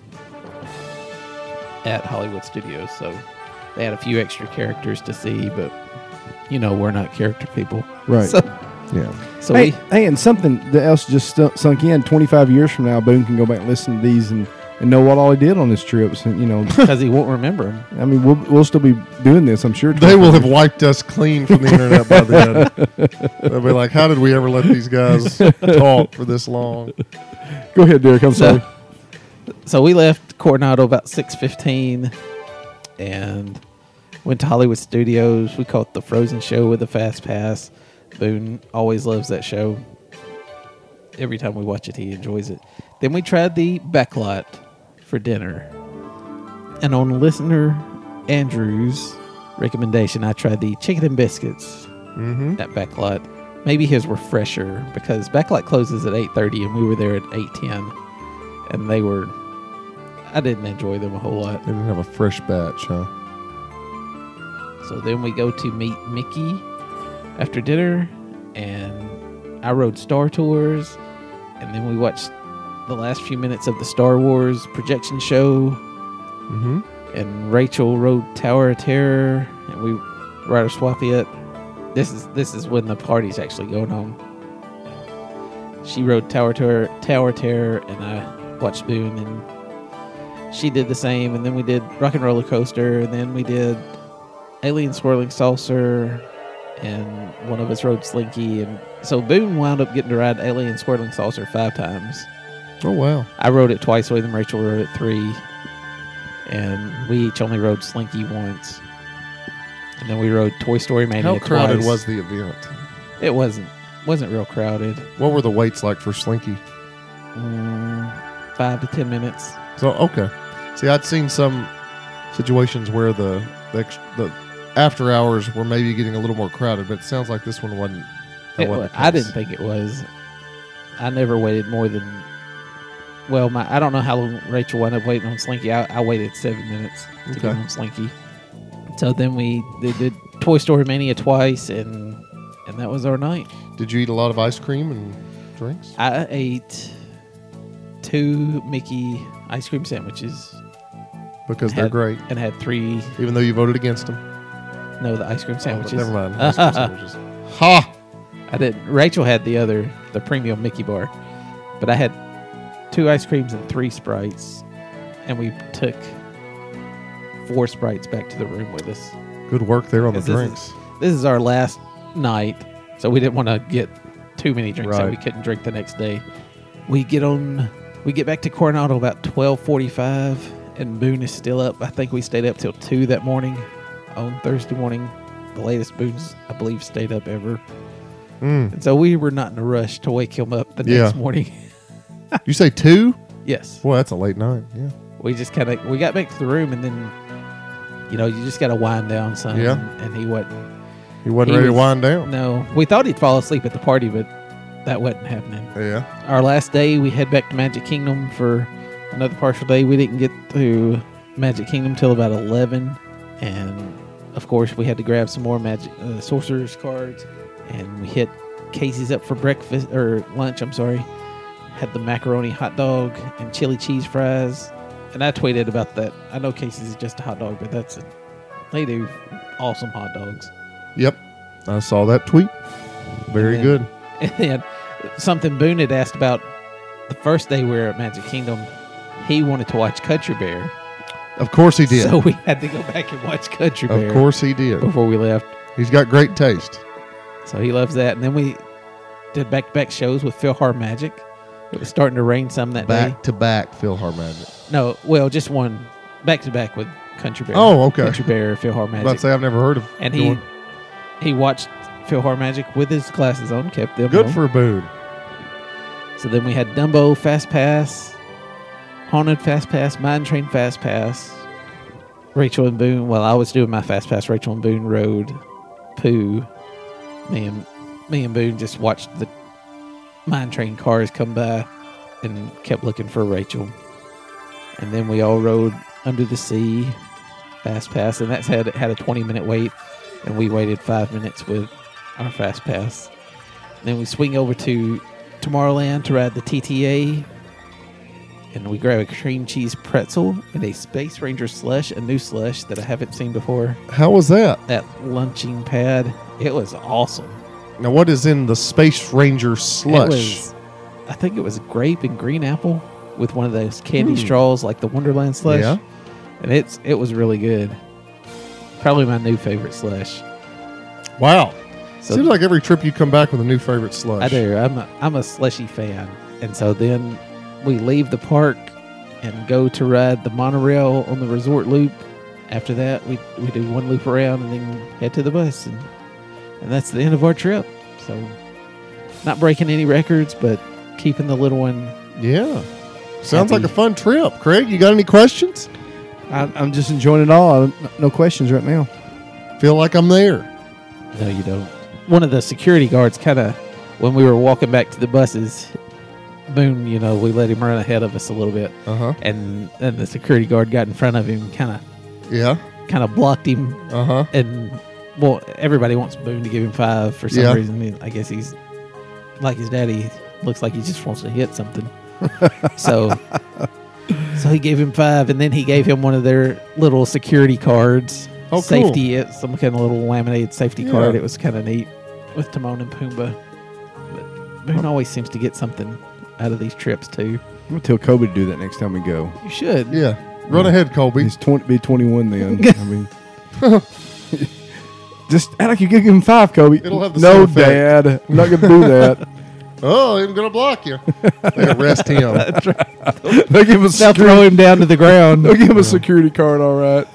Speaker 4: at Hollywood Studios, so they had a few extra characters to see, but you know we're not character people,
Speaker 5: Right.
Speaker 4: So,
Speaker 5: Yeah.
Speaker 4: so
Speaker 5: hey,
Speaker 4: we,
Speaker 5: hey, and something that else just stu- sunk in. Twenty five years from now, Boone can go back and listen to these and, and know what all he did on his trips. And you know,
Speaker 4: because he won't remember them.
Speaker 5: I mean, we'll we'll still be doing this. I'm sure
Speaker 3: They will have wiped us clean from the internet by then. They'll be like, how did we ever let these guys talk for this long?
Speaker 5: Go ahead, Derek. I'm
Speaker 4: So,
Speaker 5: sorry.
Speaker 4: so we left Coronado about six fifteen, and went to Hollywood Studios. We caught the Frozen show with a fast pass. Boone always loves that show. Every time we watch it, he enjoys it. Then we tried the backlot for dinner, and on listener Andrew's recommendation, I tried the chicken and biscuits at backlot. Maybe his were fresher because backlot closes at eight thirty, and we were there at eight ten and they were I didn't enjoy them a whole lot.
Speaker 3: They didn't have a fresh batch, huh?
Speaker 4: So then we go to meet Mickey after dinner and I rode Star Tours and then we watched the last few minutes of the Star Wars projection show. Mm-hmm. And Rachel rode Tower of Terror and we rode a Swaffiat. This is this is when the party's actually going on. She rode Tower Terror, Tower Terror, and I watched Spoon, and she did the same. And then we did Rock and Roller Coaster, and then we did Alien Swirling Saucer, and one of us rode Slinky. And so Boone wound up getting to ride Alien Swirling Saucer five times.
Speaker 3: Oh, wow.
Speaker 4: I rode it twice with him. Rachel rode it three, and we each only rode Slinky once. And then we rode Toy Story
Speaker 3: How
Speaker 4: Mania.
Speaker 3: crowded
Speaker 4: twice.
Speaker 3: was the event?
Speaker 4: it? Wasn't wasn't real crowded.
Speaker 3: What were the waits like for Slinky?
Speaker 4: Mm, five to ten minutes.
Speaker 3: So okay. See, I'd seen some situations where the the, ex- the after hours were maybe getting a little more crowded, but it sounds like this one wasn't. that
Speaker 4: It
Speaker 3: wasn't
Speaker 4: wa-
Speaker 3: the
Speaker 4: I
Speaker 3: case.
Speaker 4: didn't think it was. I never waited more than. Well, my I don't know how long Rachel wound up waiting on Slinky. I, I waited seven minutes to get
Speaker 3: Okay.
Speaker 4: on Slinky. So then we they did Toy Story Mania twice, and and that was our night.
Speaker 3: Did you eat a lot of ice cream and drinks?
Speaker 4: I ate two Mickey ice cream sandwiches.
Speaker 3: Because they're
Speaker 4: had-
Speaker 3: great,
Speaker 4: And had three.
Speaker 3: even though you voted against them.
Speaker 4: No, the ice cream
Speaker 3: Oh, but
Speaker 4: sandwiches.
Speaker 3: never mind. Ice cream sandwiches. Ha!
Speaker 4: I didn't. Rachel had the other, the premium Mickey bar, but I had two ice creams and three sprites, and we took four sprites back to the room with us.
Speaker 3: Good work there on the
Speaker 4: This is-
Speaker 3: drinks.
Speaker 4: This is our last night, so we didn't want to get too many drinks that
Speaker 3: Right.
Speaker 4: we couldn't drink the next day. We get on. We get back to Coronado about twelve forty-five, and Boone is still up. I think we stayed up till two that morning on Thursday morning. The latest Boone's, I believe, stayed up ever. And so we were not in a rush to wake him up the next
Speaker 3: Hmm. Yeah.
Speaker 4: morning.
Speaker 3: You say two?
Speaker 4: yes.
Speaker 3: Boy, that's a late night. Yeah.
Speaker 4: We just kind of we got back to the room and then you know, you just got to wind down some.
Speaker 3: Yeah.
Speaker 4: And he wasn't.
Speaker 3: He wasn't
Speaker 4: He
Speaker 3: ready
Speaker 4: was-
Speaker 3: to wind down.
Speaker 4: No, we thought he'd fall asleep at the party, but that wasn't happening.
Speaker 3: Yeah.
Speaker 4: Our last day, we head back to Magic Kingdom for another partial day. We didn't get to Magic Kingdom till about eleven, and of course, we had to grab some more Magic uh, Sorcerer's cards, and we hit Casey's up for breakfast or lunch. I'm sorry. Had the macaroni hot dog and chili cheese fries, and I tweeted about that. I know Casey's is just a hot dog, but that's a they do awesome hot dogs.
Speaker 3: Yep. I saw that tweet. Very
Speaker 4: And then-
Speaker 3: good.
Speaker 4: And then something Boone had asked about the first day we were at Magic Kingdom, he wanted to watch Country Bear.
Speaker 3: Of course he did.
Speaker 4: So Oh. we had to go back and watch Country Bear
Speaker 3: of course he did.
Speaker 4: before we left.
Speaker 3: He's got great taste.
Speaker 4: So he loves that. And then we did back to back shows with Philhar Magic. It was starting to rain some that
Speaker 3: Back to back Philhar Magic.
Speaker 4: day. No, well, just one back to back with Country Bear.
Speaker 3: Oh, okay.
Speaker 4: Country Bear, Philhar
Speaker 3: I'm about to
Speaker 4: Magic.
Speaker 3: say I've never heard of
Speaker 4: And he
Speaker 3: doing-
Speaker 4: he watched Philhar Magic with his glasses on, kept them
Speaker 3: Good
Speaker 4: on.
Speaker 3: for Boone.
Speaker 4: So then we had Dumbo Fast Pass, Haunted Fast Pass, Mine Train Fast Pass, Rachel and Boone. Well, I was doing my Fast Pass. Rachel and Boone rode Pooh. Me and me and Boone just watched the Mine Train cars come by and kept looking for Rachel. And then we all rode Under the Sea Fast Pass, and that's had had a twenty minute wait, and we waited five minutes with our Fast Pass. Then we swing over to Tomorrowland to ride the TTA. And we grab a cream cheese pretzel and a Space Ranger slush, a new slush that I haven't seen before.
Speaker 3: How was that?
Speaker 4: That lunching pad, it was awesome.
Speaker 3: Now, what is in the Space Ranger slush?
Speaker 4: It was, I think it was grape and green apple with one of those candy straws like the Wonderland slush.
Speaker 3: Yeah.
Speaker 4: And it's it was really good. Probably my new favorite slush.
Speaker 3: wow.
Speaker 4: So-
Speaker 3: Seems like every trip you come back with a new favorite slush.
Speaker 4: I do. I'm a, I'm a slushy fan. And so then we leave the park and go to ride the monorail on the resort loop. After that, we, we do one loop around and then head to the bus. And, and that's the end of our trip. So, not breaking any records, but keeping the little one.
Speaker 3: Yeah. Sounds like
Speaker 4: Happy.
Speaker 3: a fun trip. Craig, you got any questions?
Speaker 5: I'm, I'm just enjoying it all. I don't- No questions right now.
Speaker 3: Feel like I'm there.
Speaker 4: No, you don't. One of the security guards kind of, when we were walking back to the buses, Boone, you know, we let him run ahead of us a little bit.
Speaker 3: Uh huh.
Speaker 4: And, and the security guard got in front of him, kind of
Speaker 3: Yeah.
Speaker 4: kind of blocked him,
Speaker 3: Uh huh.
Speaker 4: and well, everybody wants Boone to give him five for some
Speaker 3: Yeah.
Speaker 4: reason. He- I guess he's like his daddy. Looks like he just wants to hit something. so, so he gave him five, and then he gave him one of their little security cards.
Speaker 3: Oh, cool.
Speaker 4: safety! It's some kind of little laminated safety
Speaker 3: Yeah.
Speaker 4: card. It was kind of neat with Timon and Pumbaa. But Boone
Speaker 3: Oh.
Speaker 4: always seems to get something out of these trips too.
Speaker 5: I'm gonna tell Kobe to do that next time we go.
Speaker 4: You should.
Speaker 3: Yeah. Run ahead, Colby.
Speaker 5: He's twenty, be twenty-one then. I mean, just act like you could give him five, Kobe.
Speaker 3: It'll have the
Speaker 5: no,
Speaker 3: same effect.
Speaker 5: Dad. I'm not gonna do that.
Speaker 3: Oh, I'm going to block you. They arrest him.
Speaker 5: They'll give him a
Speaker 4: Now
Speaker 5: security.
Speaker 4: throw him down to the ground.
Speaker 5: They'll give him a security card. All right.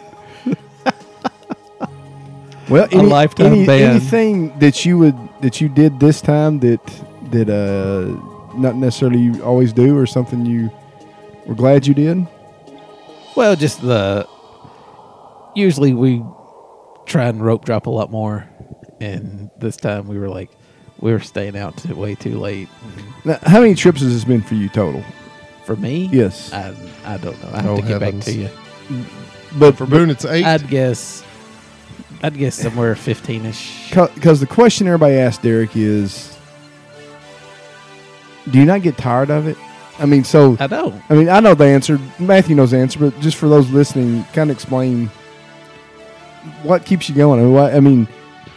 Speaker 5: well, any,
Speaker 4: lifetime
Speaker 5: any-
Speaker 4: ban.
Speaker 5: Anything that you would that you did this time that that uh not necessarily you always do or something you were glad you did.
Speaker 4: Well, just the. Usually we try and rope drop a lot more, and this time we were like, we were staying out t- way too late.
Speaker 5: Now, how many trips has this been for you total?
Speaker 4: For me,
Speaker 5: Yes.
Speaker 4: I, I don't know. I have
Speaker 3: Oh,
Speaker 4: to get
Speaker 3: heavens.
Speaker 4: back to you.
Speaker 5: But
Speaker 3: For Boone, it's eight.
Speaker 4: I'd guess, I'd guess somewhere fifteen ish.
Speaker 5: because the question everybody asked Derek is, do you not get tired of it? I mean, so
Speaker 4: I don't.
Speaker 5: I mean, I know the answer. Matthew knows the answer, but just for those listening, kind of explain what keeps you going. I mean, why, I mean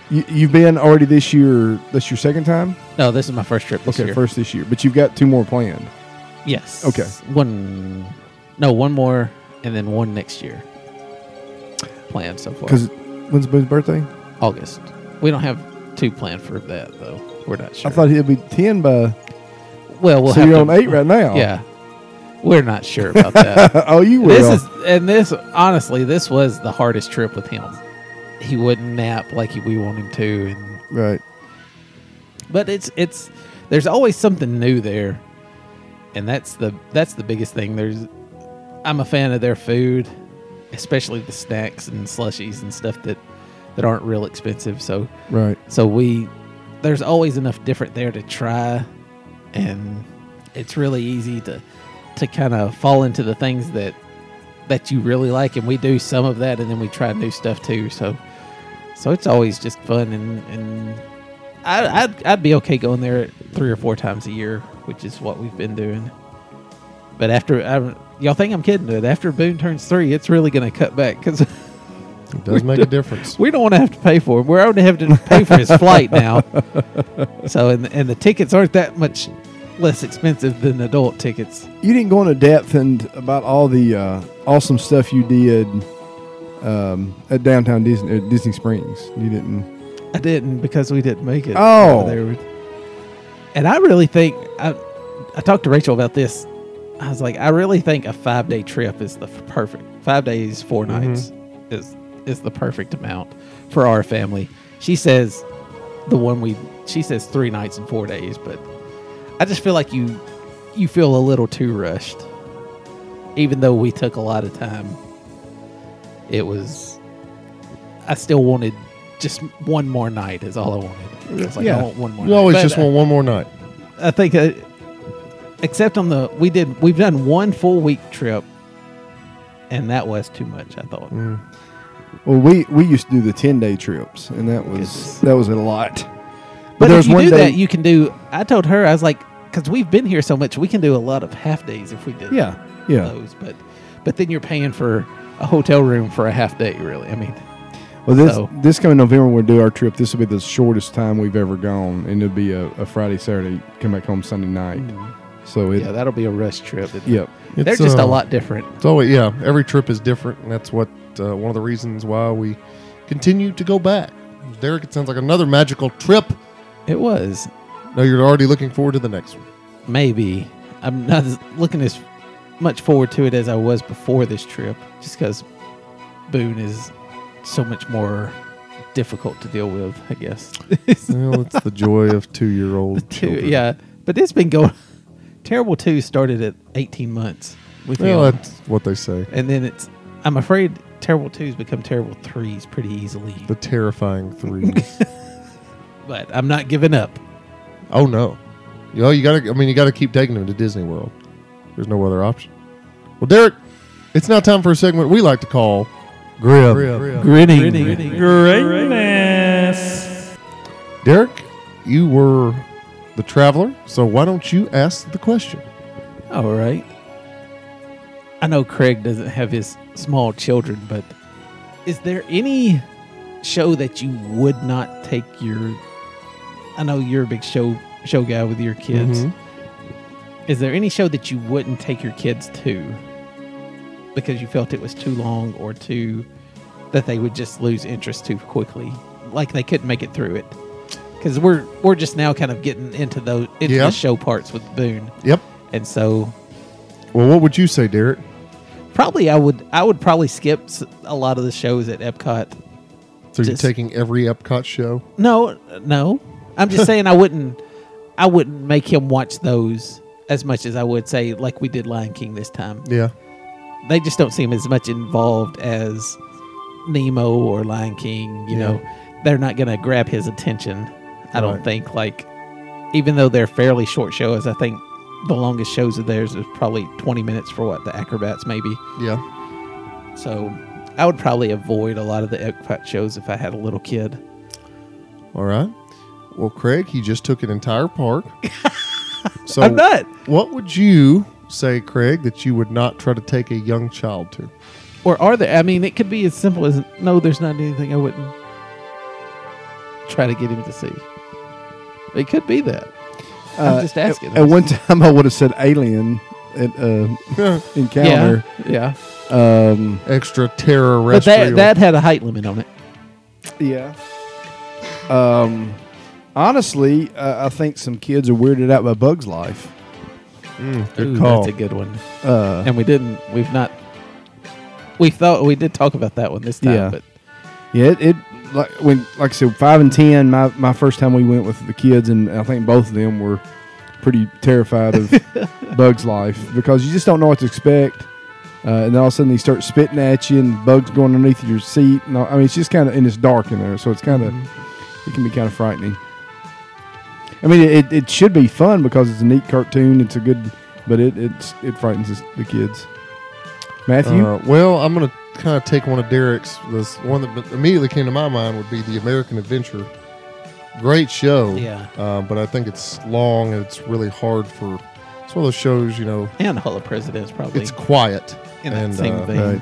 Speaker 5: you, you've been already this year. That's your second time.
Speaker 4: No, this is my first trip this
Speaker 5: okay,
Speaker 4: year.
Speaker 5: first this year, but you've got two more planned.
Speaker 4: Yes.
Speaker 5: Okay.
Speaker 4: One, no, one more, and then one next year. Planned so far.
Speaker 5: Because when's Boone's birthday?
Speaker 4: August. We don't have two planned for that though. We're not sure.
Speaker 5: I thought he'd be ten by.
Speaker 4: Well, we'll
Speaker 5: so
Speaker 4: have
Speaker 5: you're
Speaker 4: to-
Speaker 5: on eight right now.
Speaker 4: Yeah, we're not sure about that.
Speaker 5: oh, you will.
Speaker 4: this is and this honestly, this was the hardest trip with him. He wouldn't nap like we want him to, and
Speaker 5: right.
Speaker 4: but it's it's there's always something new there, and that's the that's the biggest thing. There's I'm a fan of their food, especially the snacks and slushies and stuff that that aren't real expensive. So
Speaker 5: Right.
Speaker 4: so we there's always enough different there to try and it's really easy to to kind of fall into the things that that you really like and we do some of that and then we try new stuff too. So so it's always just fun and and I, I'd I'd be okay going there three or four times a year, which is what we've been doing. But after I, y'all think I'm kidding, but after Boone turns three, it's really going to cut back because
Speaker 3: It does make a difference.
Speaker 4: we don't want to have to pay for him. We're already having to pay for his flight now. So and and the tickets aren't that much less expensive than adult tickets.
Speaker 5: you didn't go into depth and about all the uh, awesome stuff you did um, at downtown Disney, at Disney Springs. You didn't.
Speaker 4: I didn't because we didn't make it.
Speaker 5: Oh.
Speaker 4: Uh, there were- and I really think I, I talked to Rachel about this. I was like, I really think a five day trip is the f- perfect five days, 4 nights is is the perfect amount for our family. She says the one we she says three nights and four days, but I just feel like you you feel a little too rushed. Even though we took a lot of time, it was I still wanted just one more night is all I wanted. I was like, I want one more.
Speaker 3: You
Speaker 4: night.
Speaker 3: always
Speaker 4: But
Speaker 3: just want one more night.
Speaker 4: I think, uh, except on the we did we've done one full week trip, and that was too much. I thought.
Speaker 5: Well, we we used to do the ten day trips, and that
Speaker 4: Goodness.
Speaker 5: was that was a lot.
Speaker 4: But,
Speaker 5: there
Speaker 4: if
Speaker 5: was
Speaker 4: you do that, you can do. I told her I was like, because we've been here so much, we can do a lot of half days if we did.
Speaker 5: yeah, yeah.
Speaker 4: Those, but but then you're paying for a hotel room for a half day. Really, I mean,
Speaker 5: Well, this
Speaker 4: So-
Speaker 5: this coming November we'll do our trip. This will be the shortest time we've ever gone, and it'll be a, a Friday, Saturday, come back home Sunday night. So it,
Speaker 4: Mm-hmm. yeah, that'll be a rush trip.
Speaker 5: yep.
Speaker 4: they're
Speaker 3: It's,
Speaker 4: just a
Speaker 3: uh,
Speaker 4: lot different.
Speaker 3: It's always yeah. Every trip is different, and that's what uh, one of the reasons why we continue to go back. Derek, it sounds like another magical trip.
Speaker 4: It was
Speaker 3: No, you're already looking forward to the next one.
Speaker 4: maybe I'm not as- looking as much forward to it as I was before this trip, just because Boone is so much more difficult to deal with. I guess.
Speaker 3: Well, it's the joy of two-year-old
Speaker 4: two,
Speaker 3: children.
Speaker 4: yeah, but it's been going. Terrible two started at 18 months with
Speaker 3: Well,
Speaker 4: him.
Speaker 3: that's what they say.
Speaker 4: and then it's I'm afraid terrible twos become terrible threes pretty easily.
Speaker 3: The terrifying threes.
Speaker 4: But I'm not giving up.
Speaker 3: oh no. You know, you gotta. I mean, you gotta keep taking them to Disney World. There's no other option. Well, Derek, it's now time for a segment we like to call Grib.
Speaker 4: Grinning.
Speaker 3: Derek, you were the traveler, so why don't you ask the question?
Speaker 4: All right. I know Craig doesn't have his small children, but is there any show that you would not take your? I know you're a big show show guy with your kids.
Speaker 3: Mhm.
Speaker 4: Is there any show that you wouldn't take your kids to because you felt it was too long or too that they would just lose interest too quickly, like they couldn't make it through it? Because we're we're just now kind of getting into those into
Speaker 3: Yeah.
Speaker 4: the show parts with Boone,
Speaker 3: Yep.
Speaker 4: and so
Speaker 3: Well, what would you say, Derek?
Speaker 4: Probably, I would. I would probably skip s- a lot of the shows at Epcot.
Speaker 3: So
Speaker 4: Just-
Speaker 3: you're taking every Epcot show?
Speaker 4: No, no. I'm just saying I wouldn't. I wouldn't make him watch those as much as I would say like we did Lion King this time.
Speaker 3: Yeah.
Speaker 4: They just don't seem as much involved as Nemo or Lion King. You
Speaker 3: Yeah.
Speaker 4: know, they're not going to grab his attention. I don't
Speaker 3: Right.
Speaker 4: think. Like, even though they're fairly short shows, I think the longest shows of theirs is probably 20 minutes for what the acrobats maybe.
Speaker 3: Yeah.
Speaker 4: So I would probably avoid a lot of the Epcot shows if I had a little kid.
Speaker 3: All right. Well, Craig, he just took an entire park. so
Speaker 4: I'm not.
Speaker 3: What would you say, Craig, that you would not try to take a young child to?
Speaker 4: Or are there? I mean, it could be as simple as no, there's not anything I wouldn't try to get him to see. It could be that. I'm just asking.
Speaker 5: Uh, At, at one time, I would have said Alien at uh,
Speaker 4: yeah,
Speaker 5: encounter.
Speaker 4: yeah.
Speaker 5: Um,
Speaker 3: Extra
Speaker 4: But
Speaker 3: terrestrial.
Speaker 4: that that had a height limit on it.
Speaker 5: Yeah. Um, honestly, uh, I think some kids are weirded out by Bug's Life.
Speaker 3: good
Speaker 4: Ooh,
Speaker 3: call.
Speaker 4: That's a good one.
Speaker 5: Uh,
Speaker 4: And we didn't. We've not. We thought we did talk about that one this time,
Speaker 5: Yeah.
Speaker 4: but
Speaker 5: yeah, it, it like when like I said, five and ten. My my first time we went with the kids, and I think both of them were pretty terrified of Bug's Life because you just don't know what to expect. Uh, and then all of a sudden he starts spitting at you, and bugs going underneath your seat. And all, I mean, it's just kind of and it's dark in there, so it's kind of it can be kind of frightening. I mean, it, it should be fun because it's a neat cartoon. It's a good, but it it's, it frightens us- the kids. Matthew,
Speaker 3: Uh, well, I'm going to kind of take one of Derek's. This one that immediately came to my mind would be the American Adventure. Great show.
Speaker 4: Yeah.
Speaker 3: Uh, but I think it's long and it's really hard for. It's one of those shows, you know,
Speaker 4: and Hall of Presidents probably.
Speaker 3: it's quiet. uh,
Speaker 4: In that same vein.
Speaker 5: Right.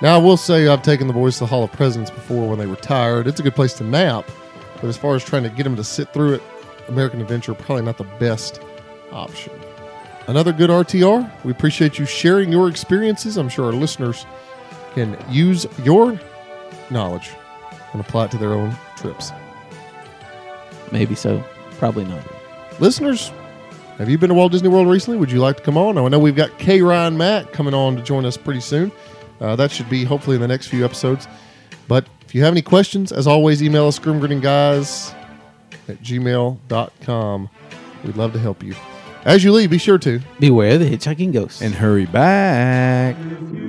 Speaker 3: Now, I will say I've taken the boys to the Hall of Presidents before when they were tired. It's a good place to nap, but as far as trying to get them to sit through it, American Adventure probably not the best option. Another good RTR. We appreciate you sharing your experiences. I'm sure our listeners can use your knowledge and apply it to their own trips.
Speaker 4: Maybe so. Probably not.
Speaker 3: Listeners, have you been to Walt Disney World recently? Would you like to come on? Now, I know we've got K. Ryan Matt coming on to join us pretty soon. Uh, that should be hopefully in the next few episodes. But if you have any questions, as always, email us guys at gmail.com. We'd love to help you. As you leave, be sure to
Speaker 4: Beware the hitchhiking ghost.
Speaker 5: And hurry back.
Speaker 2: If you